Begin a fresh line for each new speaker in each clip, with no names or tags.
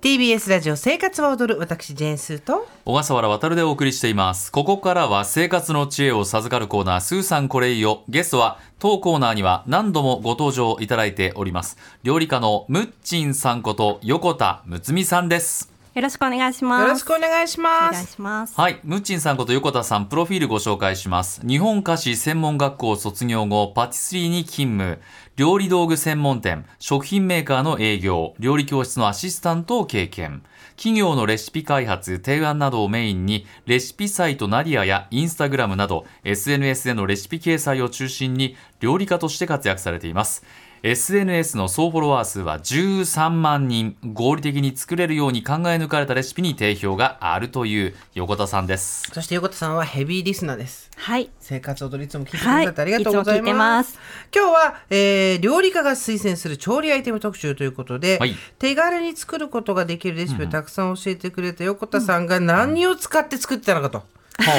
TBS ラジオ生活は踊る私ジェーンスーと
小笠原渉でお送りしています。ここからは生活の知恵を授かるコーナー、スーさんこれいいよ。ゲストは当コーナーには何度もご登場いただいております。料理家のムッチンさんこと横田睦美さんです。
よろしくお願いします。
よろしくお願いしま
お願い
す
します。
はい、ムッチンさんこと横田さん、プロフィールご紹介します。日本菓子専門学校卒業後、パティスリーに勤務、料理道具専門店、食品メーカーの営業、料理教室のアシスタントを経験。企業のレシピ開発、提案などをメインに、レシピサイトナリアやインスタグラムなど、SNS でのレシピ掲載を中心に、料理家として活躍されています。SNS の総フォロワー数は13万人合理的に作れるように考え抜かれたレシピに定評があるという横田さんです
そして横田さんはヘビーリスナーです
はい。
生活踊りいつも聞いてくだ
は
さ
い。
ってありがとうござい
つも聞て
ます
す。
今日は、えー料理家が推薦する調理アイテム特集ということで、
はい
手軽に作ることができるレシピをたくさん教えてくれた横田さんが何を使って作ってたのかと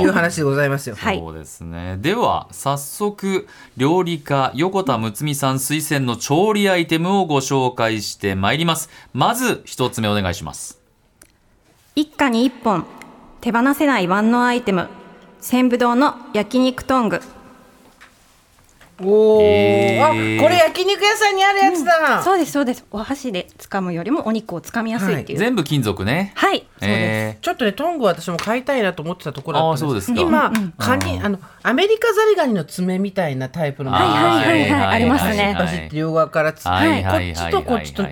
いう話でございますよ。
はい
そうですねでは早速料理家横田睦美さん推薦の調理アイテムをご紹介してまいりますまず一つ目お願いします
一家に一本、手放せない万能アイテム。千ぶどうの焼肉トング。
おー、
えー
あこれ焼肉屋さんにあるやつだ、
そうです、そうです。お箸で掴むよりもお肉を掴みやすいっていう。はい。
全部金属ね
そうです。
え
ちょっとねトングは私も買いたいなと思ってたところだったん
あー
です
そうですか
今、カニあのアメリカザリガニの爪みたいなタイプの
ー
はいはいはいはいありますね
バシッと両側からつ、
はいはいはい
こっちとこ
は
っ
い
ちと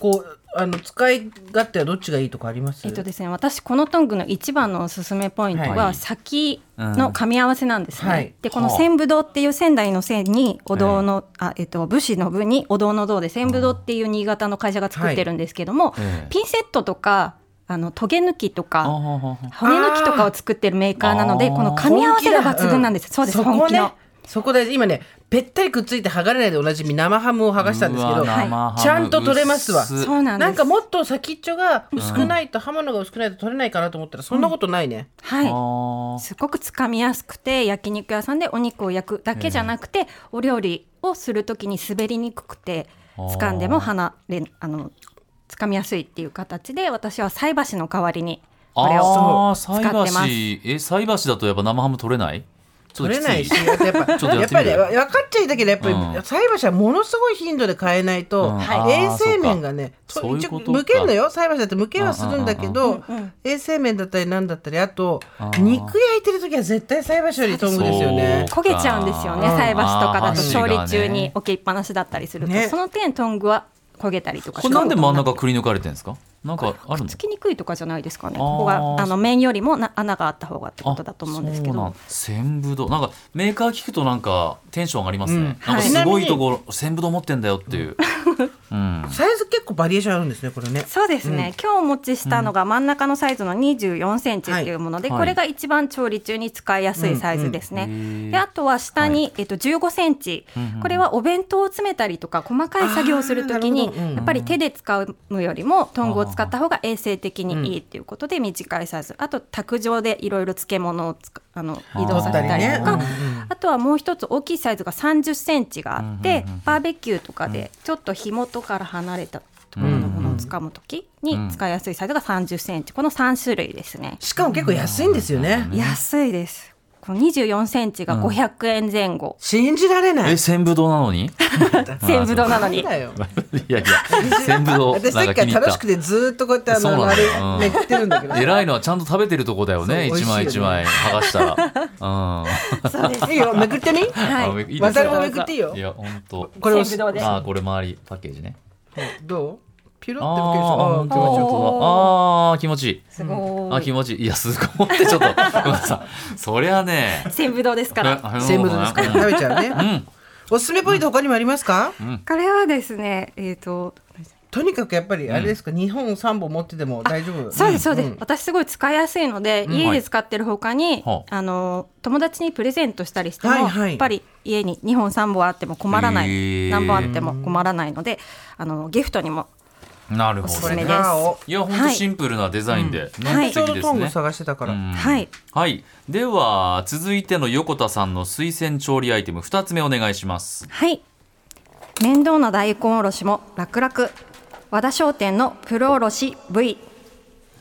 こうあの使い勝手はどっちがいいとかあります、
えっとですね、私このトングの一番のおすすめポイント
はい
は先の噛み合わせなんですね。
はい
でこの千ぶどうっていう仙台の仙にお堂の、あえっと武士の部にお堂の堂で千ぶどうっていう新潟の会社が作ってるんですけども、
ええ
ピンセットとかあのトゲ抜きと
あ
か
ははは
骨抜きとかを作ってるメーカーなので
あー
この噛み合わせが抜群なんです。そうです
そ
本
こ
気の、
ねそこで今ねぺったりくっついて剥がれないでおなじみ生ハムを剥がしたんですけ
う
ど
わ生ハム
ちゃんと取れますわ
薄
そうなんです。
なんかもっと先っちょが薄くないと、刃物が薄くないと取れないかなと思ったらそんなことないね、
はい。
あー
すごくつかみやすくて焼肉屋さんでお肉を焼くだけじゃなくて、お料理をするときに滑りにくくて
あー
掴んでも離れあの掴みやすいっていう形で私は菜箸の代わりにこれを
あー
使
菜
ってます。
箸え菜箸だとやっぱ生ハム取れないちょっ
取
ときつ
れないし、やっぱ
ちょっとや
や
っ
って
み
ぱ
る
りねわ分かっちゃいたけど、やっぱり
うん
菜箸はものすごい頻度で変えないと、
うん
衛
あー
生面がね、
そう
と
かそういうことか
無限のよ、菜箸だって無限はするんだけど
うんうんうんうん、
衛生面だったりなんだったり、あと
あ、ー
肉焼いてる時は絶対菜箸よりトングですよね。
焦げちゃうんですよね
うん
菜箸とかだと調理中に
こ
置きっぱなしだったりすると、
ね
その点トングは焦げたりとか
れなんで真ん
く
中くり抜かれてるんですかなんかあるの
っつきにくいとかじゃないですかね
あー
ここがあの面よりもな穴があった方がってことだと思うんですけ
あそうな
ど
ん千ぶどうなんかメーカー聞くとなんかテンション上がりますね、
うん
なん
は
か
い
すごいところ千ぶどう持ってんだよっていう、うん、
サイズ結構バリエーションあるんですね、これね。
そうですね、今日お持ちしたのが真ん中のサイズの24センチっていうもので、
はい
これが一番調理中に使いやすいサイズですね。
うんうんへー
であとは下に、えっと、15センチ、これはお弁当を詰めたりとか細かい作業をすると
あ
き
ーなる
に、
ほどうん
やっぱり手で使うよりもトングを使った方が衛生的にいいっていうことで短いサイズあと卓上でいろいろ漬物をつかあの移動させたりと
あー取った
か
りねうんうん
あとはもう一つ大きいサイズが30センチがあって、
うんうんうん
バーベキューとかでちょっと紐とから離れたところのものを掴むときに使いやすいサイズが30センチ、この3種類ですね。
しかも結構安いんですよね。
安いです。この24センチが500円 前後、
信じられな
え
い。
千ぶどうなのに い
全部どうな のに。
だよ。
やいや千ぶどう
私さ
な
っ
んか
き
気
から
に入っ
楽しく
た
てずーっとこうやってあ
そう
の、
な
あ
んだよ
れ、めくってるんだけ ど。
偉いのはちゃんと食べてるとこだよね
そう
一枚
美味し
一
いよね
枚剥がしたら、うん
そうです。
いいよ、めくってみ。
はい
あいいですよ
渡るもめくっていいよ
い。や本当
これを
全部どうです
あーこれ周りパッケージね
どうピロ
あ
ってむけるでしょ
ーあー本当だ
おー
本当だあー気持ちいい
すご
あ
い
気。持ちいいいやすごいってちょっとごめんなさいそりゃね
全部どうです から。
あ
セブンですから
う
食べちゃうね。
ん
おすすめポイント他にもありますか？
これはですね、えっ、と、
とにかくやっぱりあれですか、日本三本持ってても大丈夫。
そうですそうです、
ん
私すごい使いやすいので、
うん
家で使ってるほかに、
は
あの友達にプレゼントしたりしても、
はいはい
やっぱり家に2本3本あっても困らな
へ
い
ー
何本あっても困らないのであのギフトにも
なるほ
おす
ど
すめ
ね
です。
なお
いや本当
はい
シンプルなデザインで、
んはい
素
ちょう
敵
ど
で
ト
す
ング
ね。
探してたから。
うん
はい、
はい、では続いての横田さんの推薦調理アイテム2つ目お願いします。
はい、面倒な大根おろしも楽々和田商店のプロおろし V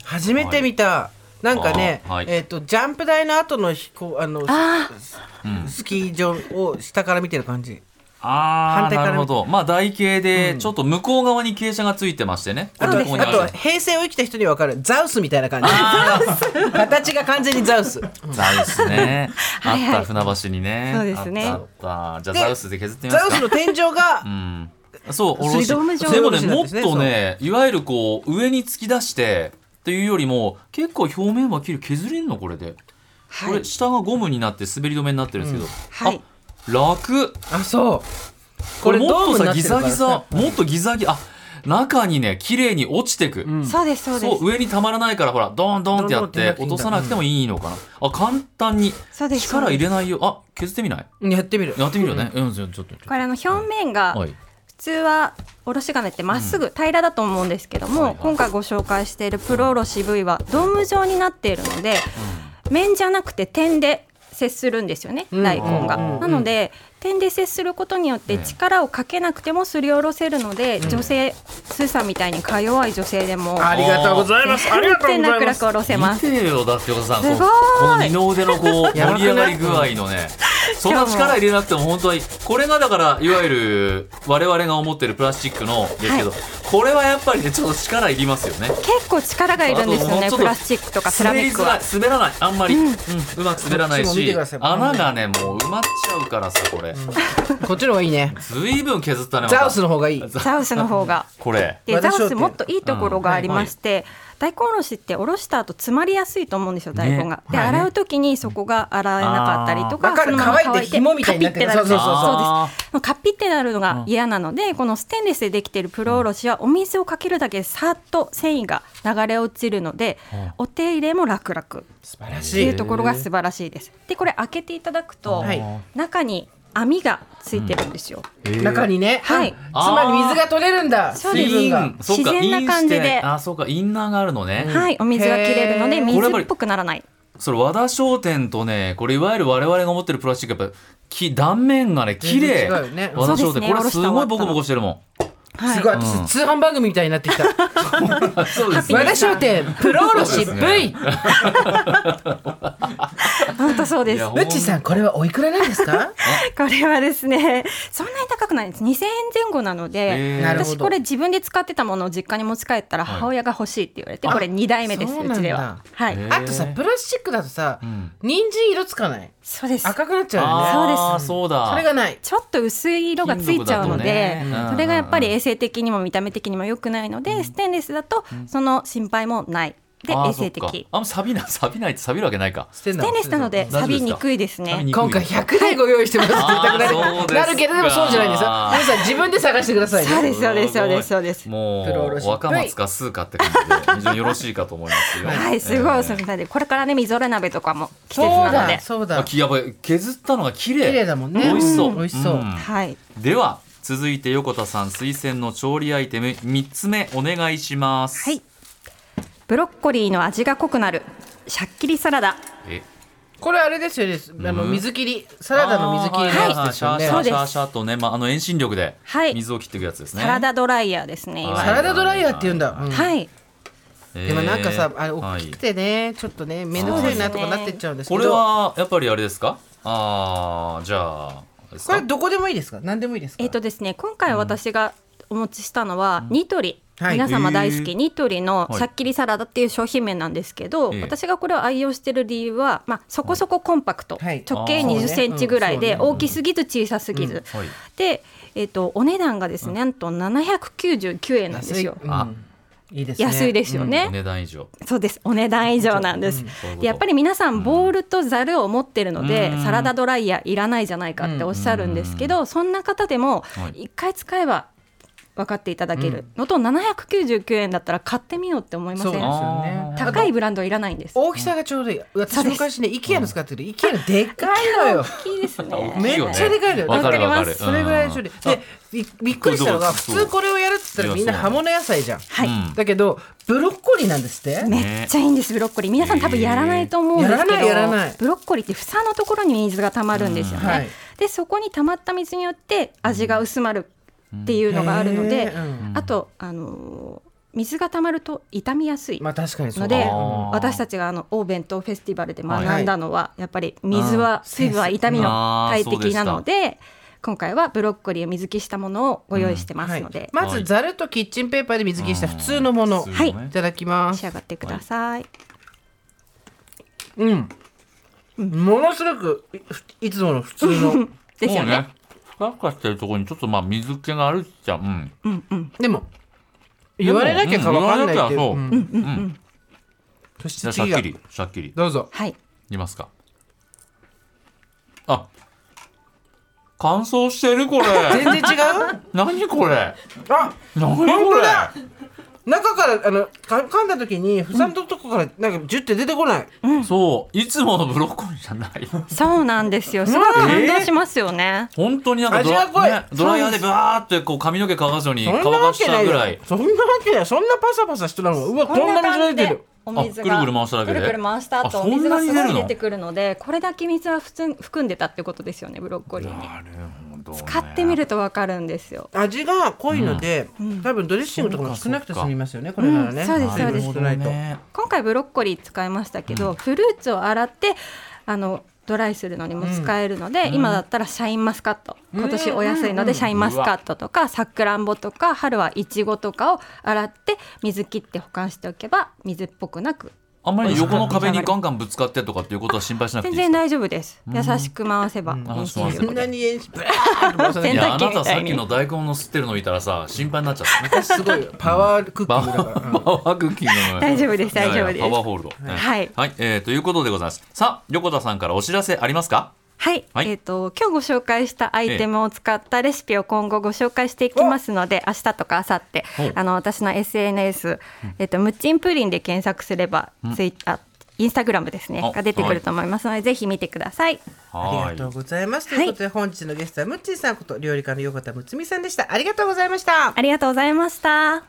初めて見た、なんかね、
あーはい
えっ、とジャンプ台の後の飛行あの
あ
スキー場を下から見てる感じ。
あ
反
あ
対か
な
ら
るほどまあ台形でちょっと向こう側に傾斜がついてましてね、
あ
ことれ
あ
ここにある
と平成を生きた人にはわかるザウスみたいな感じ。形が完全にザウス。
ザウスねあっ
いは
た
い
船橋にね
そうですね
あったあったじゃあ
で
ザウスで削ってみま
ザ
す
ウ
か
スの天井が、
うんそう、おろし。
水道無常
でもね、
水道無常な
もっ
んですね
とね、いわゆるこう、上に突き出して、っていうよりも、結構表面は切る削れんのこれで。これ、下がゴムになって滑り止めになってるんですけど。
はい
あ、楽。
あそう。
これもっとさ、
ドーム
ギ
にな
ザ
って
ギ
るから
ザ、もっとギザギザ、あ、中にね、綺麗に落ちてく。
そうですそうです
そう上にたまらないからほらドンドンってやっ
ドン
て
ドンってやっていい
落
んだ
とさなくてもいいのかな、あ簡単に
そうです
力入れないよあ削ってみない
うんやってみる。
やってみるよね、うん、じゃあちょっと
これあの表面が
はい
普通はおろし金ってまっすぐ平らだと思うんですけども、
はいはい
今回ご紹介しているプロおろし部位はドーム状になっているので、面じゃなくて点で接するんですよね、
うん
大根が。
うん
なので点で接することによって
ね
力をかけなくてもすりおろせるので、女性スーさんみたいにか弱い女性でも
ありがとうございます。ありがとうございま
楽
す。
々おろせま
見
す。
てよだって岡田さんこの
すごい
この二の腕のこう
やばくない
盛り上がり具合のねそんな力入れなくても本当にこれがだからいわゆる我々が思ってるプラスチックのですけど、これはやっぱりねちょっと力いりますよね
結構力がいるんですよ
あとも
ね
うちょっと
プラスチックとかセラミック
滑
は。
りづらい滑らないあんまり、う
うんん
うまく滑らない
こっちも見
して
ください
穴がねもう埋まっちゃうからさこれ、
こっちの方がいいね。
ずいぶん削ったねまた
ザウスの方がいい。
ザウスの方が
これ
でザ
私は
ウスもっといいところがありまして、大根おろしっておろした後詰まりやすいと思うんですよ大根が
ね、
で
はい
洗う時にそこが洗えなかったりと
あ
か
ーわかる
そのまま
乾いて紐みたいになってる
カピッてなる
そうそうそう
そう
ですカピってなるのが嫌なので、このステンレスでできているプロおろしはお水をかけるだけでさっと繊維が流れ落ちるので、お手入れも楽々っ
素晴ら
て
し
い。
いう
ところが素晴らしいですでこれ開けていただくと、
はい
中に網がついてるんですよ、
へー
中にね。
はい
つまり水が取れるんだ。
そうです
水分が。
そっか
自然な感じで
インしてあそうかインナーがあるのね、
はいお水が切れるの
へ
で
ー
これやっぱ
水
り
っぽくならない
それ和田商店とねこれいわゆる我々が持ってるプラスチックやっぱき断面がね綺
全
麗
然違うよね
和田商
そうで
店
すね
これすごいボコボコしてるもん
はい
すごい、
うん
私通販番組みたいになってきた。
そうです
ね
和田商店プロおろし
そ
V
うですね。
本当そうです
いや
うちさんこれはおいくらなんです か？
これはですね、そんなに高くないんです。2000円前後なの
へー
で、
なるほど
私これ自分で使ってたものを実家に持ち帰ったら母親が欲しいって言われて、
はい
これ2代目です、
あ
うちでは。はい。
へー
あとさプラスチックだとさ、
ん
人参色つかない。
そうです。
赤くなっちゃうよね。
あー
そうです
そうだ
それがない。
ちょっと薄い色がついちゃうので、
金属だとね
それがやっぱり
うん
衛生的にも見た目的にも良くないので、ステンレスだとその心配もない。で、
あー
衛生
そっか
的。
あんま錆びない 錆びないって錆びるわけないか
ステン
ステンレスなの
大丈
で、
夫ですか
錆びにくいですね。
今回100台ご用意してますって言いたくなる
あーそうですか
なるけれどもそうじゃないんですよ。皆さん自分で探してください
そう
ね。
です、そうです、そうです、そうです。
も
プロおろ
う
し
若松かスーかって感じ で非常によろしいかと思いますよ
はい、すごいおすす
えー
めなんで、これからね、みぞれ鍋とかも季節
そう
なので
だ、。そう
あ
だ。
きやばい削ったのが綺麗
綺麗だもんね
美味しそう、
うん美味しそうん
はい。
では続いて横田さん推薦の調理アイテム3つ目お願いします
はい。ブロッコリーの味が濃くなるシャッキリサラダ。
え
これあれですよね。あの
うん
水切りサラダの水切り
あー
の
はい
やつですよね。
シャ
そ
ー
う
シ
です
ャーシャーとね、まあ、あの遠心力で
はい
水を切っていくやつですね、
サラダドライヤーですね。いわ
サラダドライヤーって言うんだ。うん
ゆるはい。
えー
でもなんかさ、あれ
は
大
い
きくてね、ちょっとね、めんどくさいなとかなってっちゃうんですけ
こ
ど。
れはやっぱりあれですかああじゃあです
こ
か
れどこでもいいですか？何でもいいですか？
えっ、とですね、今回私がお持ちしたのは、ニトリ。
はい
皆様大好
へー
きニトリの
はい
シャッキリサラダっていう商品名なんですけど、
ええ
私がこれを愛用してる理由は、まあ、そこそこコンパクト、
はい
直径
あーそう
20
ね
センチぐらいで、
うんそうね
大きすぎず小さすぎず、
はい
で、えっとお値段がですねなんと799円なんですよ
安いうん
あ
いいですね。
安いですよね、
お値段以上
そうですお値段以上なんです、
そういうこと
でやっぱり皆さんボールとざるを持ってるので、
うん
サラダドライヤーいらないじゃないかっておっしゃるんですけど、そんな方でも
はい
1回使えば分かっていただけるのと、799円だったら買ってみようって思いませ
そうんですよね。
高いブランドいらないんです
大きさがちょうどいい。私昔ね、IKEA の使ってる。IKEA のでかいのよ。
大きいですね
大き
め
いよね
っちゃでかいのよ。
わかるわかる
わそれぐらいの処理。
うん
で、びびっくりしたのが、普
そうそう
通これをやるって言ったらみんな葉物野菜じゃん。
はい、
うん
だけど、ブロッコリーなんですって。
めっちゃいいんですブロッコリー皆さん多分やらないと思うんですけど、
やらないやらない
ブロッコリーって房のところに水が溜まるんですよね、
うんはい
でそこに溜まった水によって味が薄まるっていうのがあるので、
へーうん
あと、あのー水が溜まると傷みやすい
まあ確かにそう
の
だ
で、
ね
あー
私たちがあのオーベントフェスティバルで学んだのは、やっぱり水は
あー
水分は痛みの
あー
大敵なので今回はブロッコリーを水切りしたものをご用意してますので、
まずざるとキッチンペーパーで水切りした普通のもの、
うん
はい
普通の
い
ね
ただきま
召
す
し上がってください、
うんものすごくいいつもの普通 の
ですよね
もうふかふかしてるところにちょっとまあ水気があるっちゃ、うん。
うんうん
でも言われなきゃかわかんないってい
うん言われなきゃそう
うん
うん。
そし
じゃ
て
あ、シ
次
ャッ
が
キリ、シャッキリ。
どうぞ
はい
いますか。あ、乾燥してるこれ。
全然違う
何これ。
あ
何こ
本当
れ。
だ中からあのか噛んだ時にふさんととこからなんかジュって出てこない、
そう、いつものブロッコリーじゃない。
そうなんですよすごい感動しますよね、
本当になんかド
味
ラ,、
が濃い
ね、ドライヤーでバーってこう髪の毛乾かすように
そん
乾
なわ
かし
けな
た
い
ぐ
よ
らい。
そんなわけないそんなパサパサしてたのうわこんな水が出てる
お
あ
水
くる
が
くる回しただけで
くるくる回した
あそ
後
んなに
水がすご
出る
い
の
出てくるのでこれだけ水は普通に含んでたってことですよねブロッコリーに
なるほど、ね。
使ってみるとわかるんですよ
味が濃いので、多分ドレッシングとかも少なくて済みますよねこれならね、
うんそうで
な
す
るほど
少ないと
ね。
今回ブロッコリー使いましたけど、フルーツを洗ってあのドライするのにも使えるので、今だったらシャインマスカット今年お安いのでシャインマスカットとかさくらんぼとか春はイチゴとかを洗って水切って保管しておけば水っぽくなく
あんまり横の壁にガンガンぶつかってとかっていうことは心配しなくてい
全
いです
然
か。
大丈夫です優しく回せば
ん
いいしです
そんなに演出ブワーッと回さない
い
全然
やあなた
洗濯機みた
さ
い
っ
に
きの大根の吸ってるのいたらさ心配になっちゃった、ね、
私すごいパワークッキングだから、うん
パワークッキングの
大丈夫で
い
す
やいや
大丈夫です
パワーホールドね
はい
はい、えーということでございますさあ横田さんからお知らせありますか
はい、
はい
えっ、と今日ご紹介したアイテムを使ったレシピを今後ご紹介していきますので、明日とか明後
ほう
日、あの私の SNS、えっ、とムッチンプリンで検索すれば、ツイッター、インスタグラムです
あ
ねが出てくると思いますので、ぜひ見てください。
あ
は
り
い
がとうございます。ということで、本日のゲストはムッチーさんこと料理家の横田睦美さんでした。ありがとうございました。
ありがとうございました。